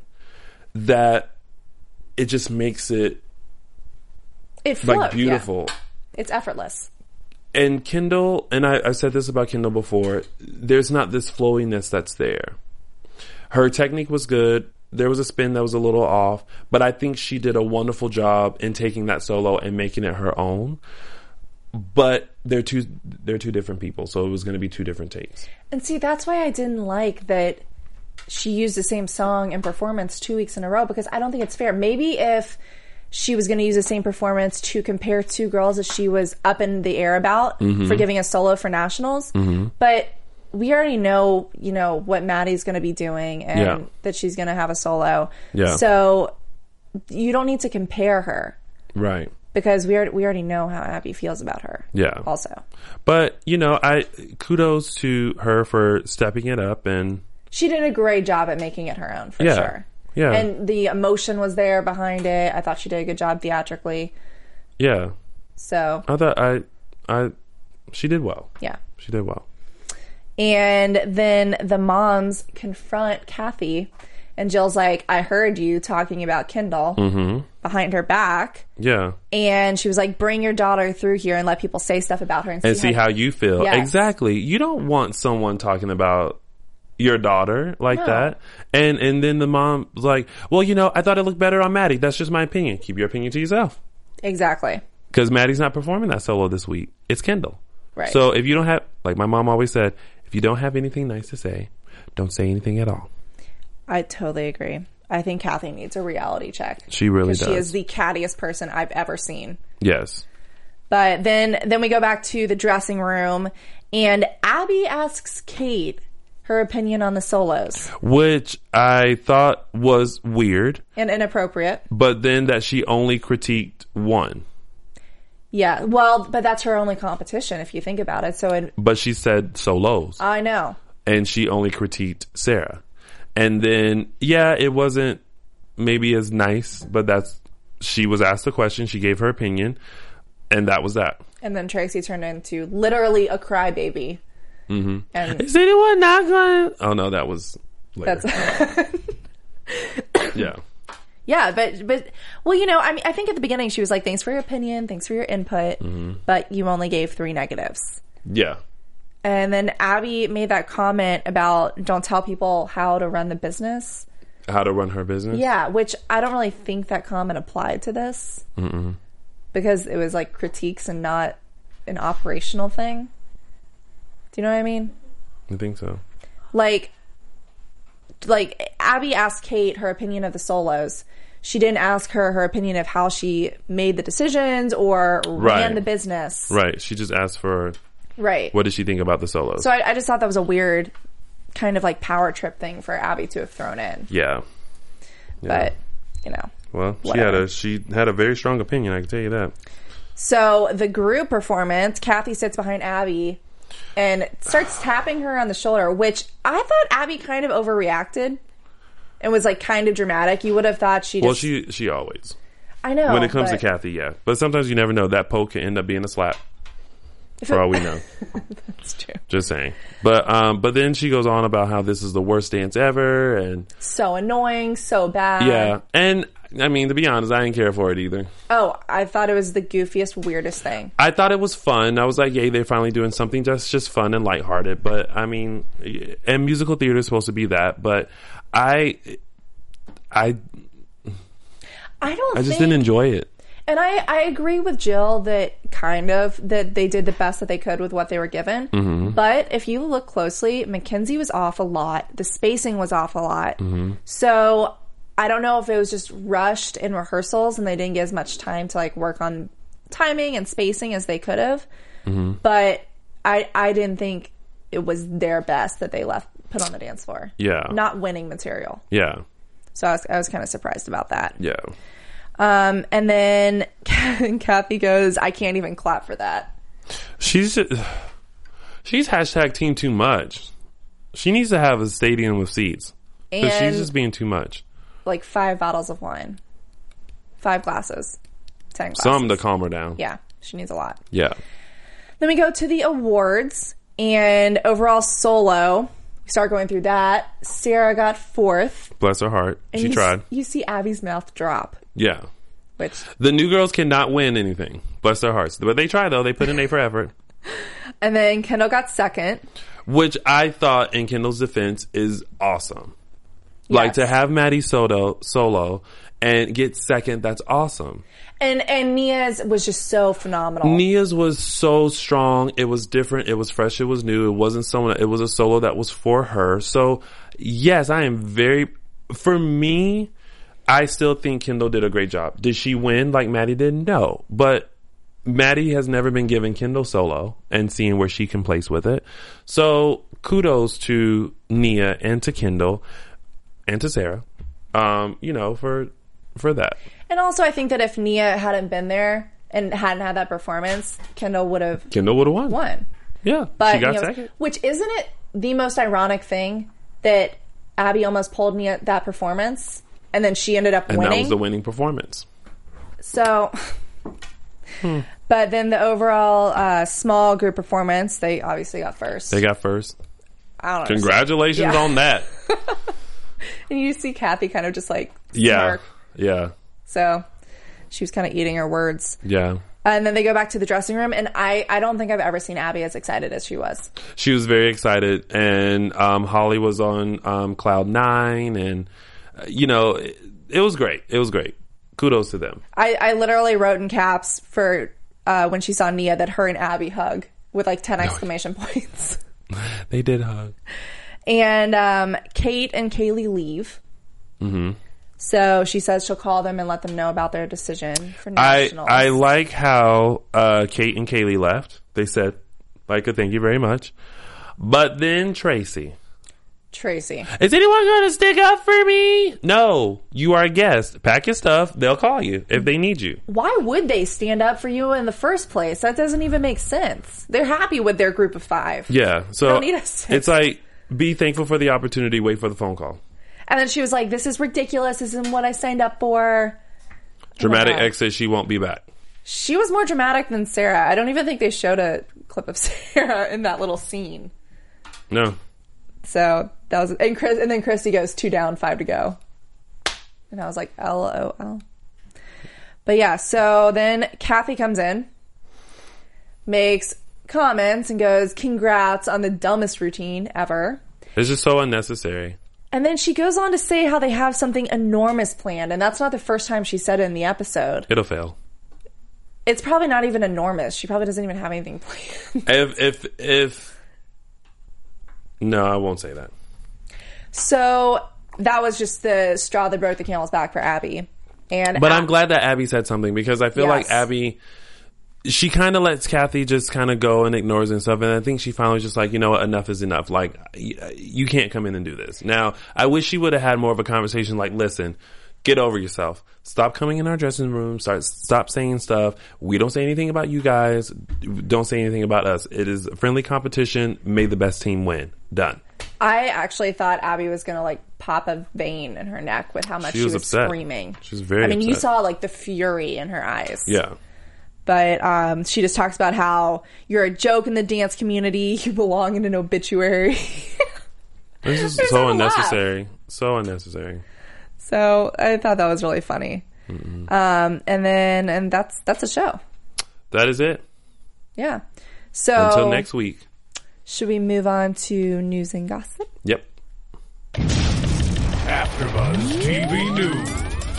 B: that it just makes it
C: it flowed.
B: like
C: yeah.
B: beautiful.
C: It's effortless.
B: And Kindle, and I, I said this about Kindle before, there's not this flowiness that's there. Her technique was good. There was a spin that was a little off, but I think she did a wonderful job in taking that solo and making it her own. But they're two they're two different people, so it was going to be two different takes.
C: And see, that's why I didn't like that she used the same song and performance two weeks in a row because I don't think it's fair. Maybe if she was going to use the same performance to compare two girls that she was up in the air about
B: Mm-hmm.
C: for giving a solo for nationals, but we already know, you know, what Maddie's going to be doing and
B: Yeah.
C: that she's going to have a solo.
B: Yeah.
C: So you don't need to compare her
B: Right.
C: because we already, we already know how Abby feels about her.
B: Yeah.
C: Also,
B: But, you know, I kudos to her for stepping it up and
C: she did a great job at making it her own for
B: Yeah.
C: sure.
B: Yeah.
C: And the emotion was there behind it. I thought she did a good job theatrically.
B: yeah.
C: So,
B: I thought I I she did well.
C: yeah.
B: She did well.
C: And then the moms confront Kathy, and Jill's like, I heard you talking about Kendall
B: Mm-hmm.
C: behind her back.
B: Yeah.
C: And she was like, Bring your daughter through here and let people say stuff about her and,
B: and see how you feel.
C: Yes.
B: Exactly. You don't want someone talking about your daughter like that. And and then the mom's like, well, you know, I thought it looked better on Maddie. That's just my opinion. Keep your opinion to yourself.
C: Exactly.
B: Because Maddie's not performing that solo this week. It's Kendall.
C: Right.
B: So if you don't have, like my mom always said, if you don't have anything nice to say, don't say anything at all.
C: I totally agree. I think Kathy needs a reality check.
B: She really
C: 'Cause She
B: does.
C: is the cattiest person I've ever seen.
B: Yes.
C: But then then we go back to the dressing room and Abby asks Kate her opinion on the solos
B: Which I thought was weird,
C: and inappropriate.
B: but then that she only critiqued one.
C: Yeah. Well, but that's her only competition if you think about it. So it,
B: But she said solos.
C: I know.
B: and she only critiqued Sarah. And then, yeah, it wasn't maybe as nice, but that's she was asked a question, she gave her opinion, and that was that.
C: And then Tracy turned into literally a crybaby. Mm-hmm. And
B: Is anyone not going? Oh no, that was later.
C: that's
B: yeah.
C: Yeah, but but well, you know, I mean, I think at the beginning she was like, "Thanks for your opinion, thanks for your input," but you only gave three negatives.
B: Yeah.
C: And then Abby made that comment about don't tell people how to run the business.
B: How to run her business?
C: Yeah, which I don't really think that comment applied to this because it was like critiques and not an operational thing. Do you know what I mean?
B: I think so.
C: like like Abby asked Kate her opinion of the solos. She didn't ask her her opinion of how she made the decisions or
B: Right.
C: ran the business.
B: Right. She just asked for
C: Right.
B: what did she think about the solos?
C: So I, I just thought that was a weird kind of like power trip thing for Abby to have thrown in.
B: yeah.
C: But you know.
B: Well, she
C: Whatever.
B: had a she had a very strong opinion, I can tell you that.
C: So the group performance, Kathy sits behind Abby and starts tapping her on the shoulder, which I thought Abby kind of overreacted and was like kind of dramatic. You would have thought she just
B: Well, she she always.
C: I know
B: when it comes
C: Oh, but-
B: to Kathy, yeah. But sometimes you never know. That poke can end up being a slap. For all we know.
C: It's true.
B: Just saying. But um but then she goes on about how this is the worst dance ever and
C: so annoying, so bad.
B: yeah. And I mean, to be honest, I didn't care for it either.
C: Oh, I thought it was the goofiest, weirdest thing.
B: I thought it was fun. I was like, yay, they're finally doing something that's just fun and lighthearted. But I mean, eh, and musical theater is supposed to be that. But I, I,
C: I don't.
B: I just
C: think,
B: didn't enjoy it.
C: And I, I agree with Jill that kind of that they did the best that they could with what they were given. But if you look closely, Mackenzie was off a lot. The spacing was off a lot. So I don't know if it was just rushed in rehearsals and they didn't get as much time to like work on timing and spacing as they could have. But I, I didn't think it was their best that they left put on the dance floor.
B: Yeah.
C: not winning material.
B: Yeah.
C: So I was, I was kind of surprised about that.
B: Yeah.
C: Um, and then Kathy goes, I can't even clap for that.
B: She's just, she's hashtag team too much. She needs to have a stadium with seats. 'Cause
C: And-
B: she's just being too much.
C: Like five bottles of wine, five glasses, ten glasses.
B: Some to calm her down.
C: yeah, she needs a lot.
B: Yeah.
C: Then we go to the awards and overall solo. We start going through that. Sarah got fourth.
B: Bless her heart.
C: And
B: she
C: you s-
B: tried.
C: You see Abby's mouth drop,
B: Yeah.
C: which
B: The new girls cannot win anything. Bless their hearts. But they try though. They put in A for effort.
C: and then Kendall got second.
B: Which I thought in Kendall's defense is awesome. Like
C: Yes.
B: to have Maddie Soto solo and get second, that's awesome.
C: And and Nia's was just so phenomenal.
B: Nia's was so strong. It was different. It was fresh. It was new. It wasn't someone. It was a solo that was for her. So yes, I am very. For me, I still think Kendall did a great job. Did she win like Maddie did? No, but Maddie has never been given Kendall solo and seeing where she can place with it. So kudos to Nia and to Kendall and to Sarah. Um, you know for for that.
C: And also, I think that if Nia hadn't been there and hadn't had that performance, Kendall would have
B: Kendall would have won.
C: won.
B: Yeah,
C: But
B: she got
C: Nia was-
B: second.
C: which isn't it the most ironic thing that Abby almost pulled Nia that performance, and then she ended up
B: And
C: winning.
B: that was the winning performance.
C: so. But then the overall uh, small group performance, they obviously got first.
B: They got first.
C: I don't know.
B: Congratulations
C: Yeah.
B: on that.
C: And you see Kathy kind of just like
B: Yeah.
C: smirk.
B: Yeah.
C: So she was kind of eating her words.
B: Yeah.
C: And then they go back to the dressing room, and I, I don't think I've ever seen Abby as excited as she was.
B: She was very excited, and um, Holly was on um, cloud nine, and uh, you know, it, it was great. It was great. Kudos to them.
C: I, I literally wrote in caps for uh, when she saw Nia that her and Abby hug with like 10 exclamation points.
B: They did hug.
C: And um, Kate and Kaylee leave. Mm-hmm. So she says she'll call them and let them know about their decision for
B: I
C: nationals.
B: I like how uh, Kate and Kaylee left. They said, "Like, thank you very much," but then Tracy.
C: Tracy.
B: Is anyone going to stick up for me? No, you are a guest. Pack your stuff. They'll call you if they need you.
C: Why would they stand up for you in the first place? That doesn't even make sense. They're happy with their group of five.
B: Yeah. So
C: Don't need us.
B: it's like be thankful for the opportunity. Wait for the phone
C: Oh
B: call.
C: And then she was like, This is ridiculous. This isn't what I signed up for.
B: Dramatic
C: God.
B: exit. She won't be back.
C: She was more dramatic than Sarah. I don't even think they showed a clip of Sarah in that little scene.
B: No.
C: So that was and Chris and then Christy goes two down, five to go. And I was like, LOL. But yeah, so then Kathy comes in, makes comments and goes, Congrats on the dumbest routine ever.
B: It's just so unnecessary.
C: And then she goes on to say how they have something enormous planned, and that's not the first time she said it in the episode.
B: It'll fail.
C: It's probably not even enormous. She probably doesn't even have anything planned.
B: If if if. No, I won't say that.
C: so that was just the straw that broke the camel's back for Abby. And
B: But I'm glad that Abby said something because I feel like
C: Yes.
B: Abby, she kind of lets Kathy just kind of go and ignores and stuff. And I think she finally was just like, you know what, enough is enough. Like, y- you can't come in and do this. Now, I wish she would have had more of a conversation like, listen, get over yourself. Stop coming in our dressing room. Start, stop saying stuff. We don't say anything about you guys. Don't say anything about us. It is a friendly competition. May the best team win. Done.
C: I actually thought Abby was gonna like pop a vein in her neck with how much
B: She
C: she was,
B: was upset.
C: screaming.
B: She was very
C: I mean, you
B: upset.
C: saw like the fury in her eyes.
B: Yeah.
C: But um, she just talks about how you're a joke in the dance community. You belong in an obituary.
B: This is
C: There's a
B: so
C: lot.
B: unnecessary. So unnecessary.
C: so I thought that was really funny. Um, and then and that's that's a show.
B: That is it.
C: Yeah. So
B: Until next week.
C: should we move on to news and gossip?
B: Yep.
D: AfterBuzz TV News.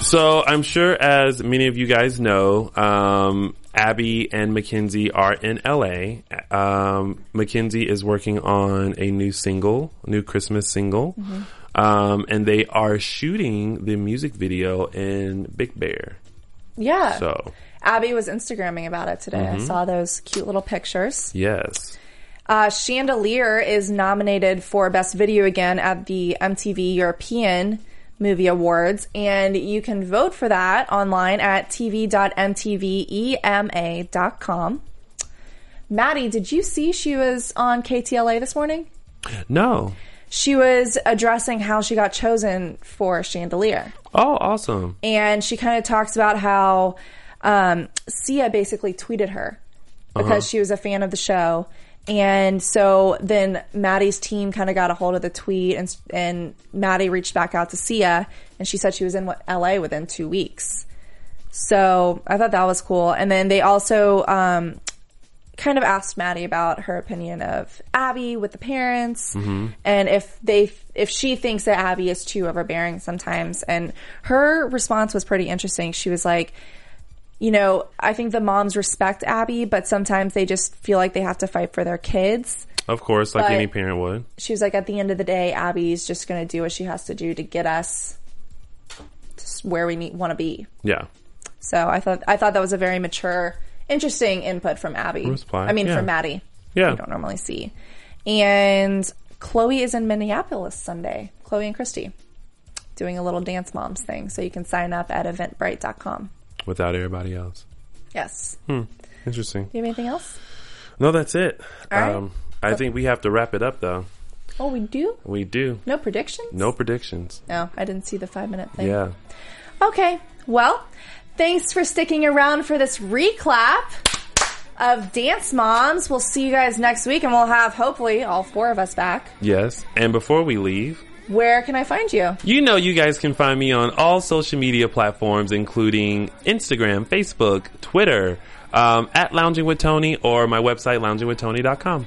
B: So I'm sure, as many of you guys know, um, Abby and Mackenzie are in LA. Um, Mackenzie is working on a new single, a new Christmas single, um, and they are shooting the music video in Big Bear.
C: Yeah.
B: So Mm-hmm.
C: Abby was Instagramming about it today. I saw those cute little pictures.
B: yes,
C: Uh, Chandelier is nominated for Best Video again at the MTV European Movie Awards, and you can vote for that online at E tv.mtvema.com. Maddie, did you see she was on KTLA this morning?
B: no,
C: She was addressing how she got chosen for Chandelier
B: oh awesome,
C: and she kind of talks about how um, Sia basically tweeted her because she was a fan of the show. And so then Maddie's team kind of got a hold of the tweet, and and Maddie reached back out to Sia, and she said she was in what, LA within two weeks. So I thought that was cool. And then they also um, kind of asked Maddie about her opinion of Abby with the parents and if they if she thinks that Abby is too overbearing sometimes and her response was pretty interesting. She was like you know, I think the moms respect Abby, but sometimes they just feel like they have to fight for their kids.
B: of course, like
C: But-
B: any parent would.
C: She was like at the end of the day Abby's just going to do what she has to do to get us to where we need want to be.
B: Yeah,
C: So I thought I thought that was a very mature, interesting input from Abby.
B: Reply,
C: I mean,
B: yeah.
C: from Maddie.
B: Yeah.
C: you don't normally see. And Chloe is in Minneapolis Sunday. Chloe and Christy doing a little dance moms thing. So you can sign up at eventbrite.com.
B: without everybody else.
C: Yes.
B: Hmm. Interesting.
C: Do you have anything else?
B: No, that's it.
C: All right.
B: Um, I think we have to wrap it up, though.
C: Oh, we do.
B: We do.
C: No predictions.
B: No predictions.
C: No, I didn't see the five minute thing.
B: Yeah.
C: Okay. Well, thanks for sticking around for this reclap of Dance Moms. We'll see you guys next week, and we'll have hopefully all four of us back.
B: Yes. And before we leave,
C: Where can I find you?
B: you know you guys can find me on all social media platforms, including Instagram, Facebook, Twitter, um, at Lounging with Tony or my website, loungingwithtony.com.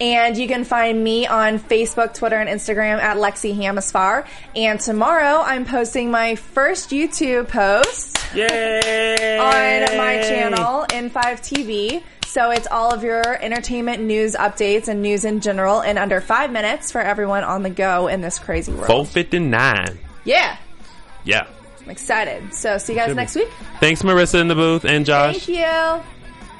C: And you can find me on Facebook, Twitter, and Instagram at Lexi Hamasfar. And tomorrow I'm posting my first YouTube post
B: Yay!
C: on my channel, N5TV. So it's all of your entertainment news updates and news in general in under five minutes for everyone on the go in this crazy world.
B: 459.
C: Yeah.
B: Yeah.
C: I'm excited. So see you guys next week.
B: Thanks, Marissa in the booth and Josh.
C: Thank you.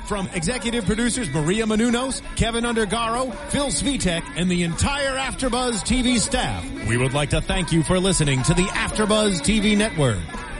A: From executive producers Maria Manunos, Kevin Undergaro, Phil Svitek, and the entire Afterbuzz TV staff, we would like to thank you for listening to the Afterbuzz TV network.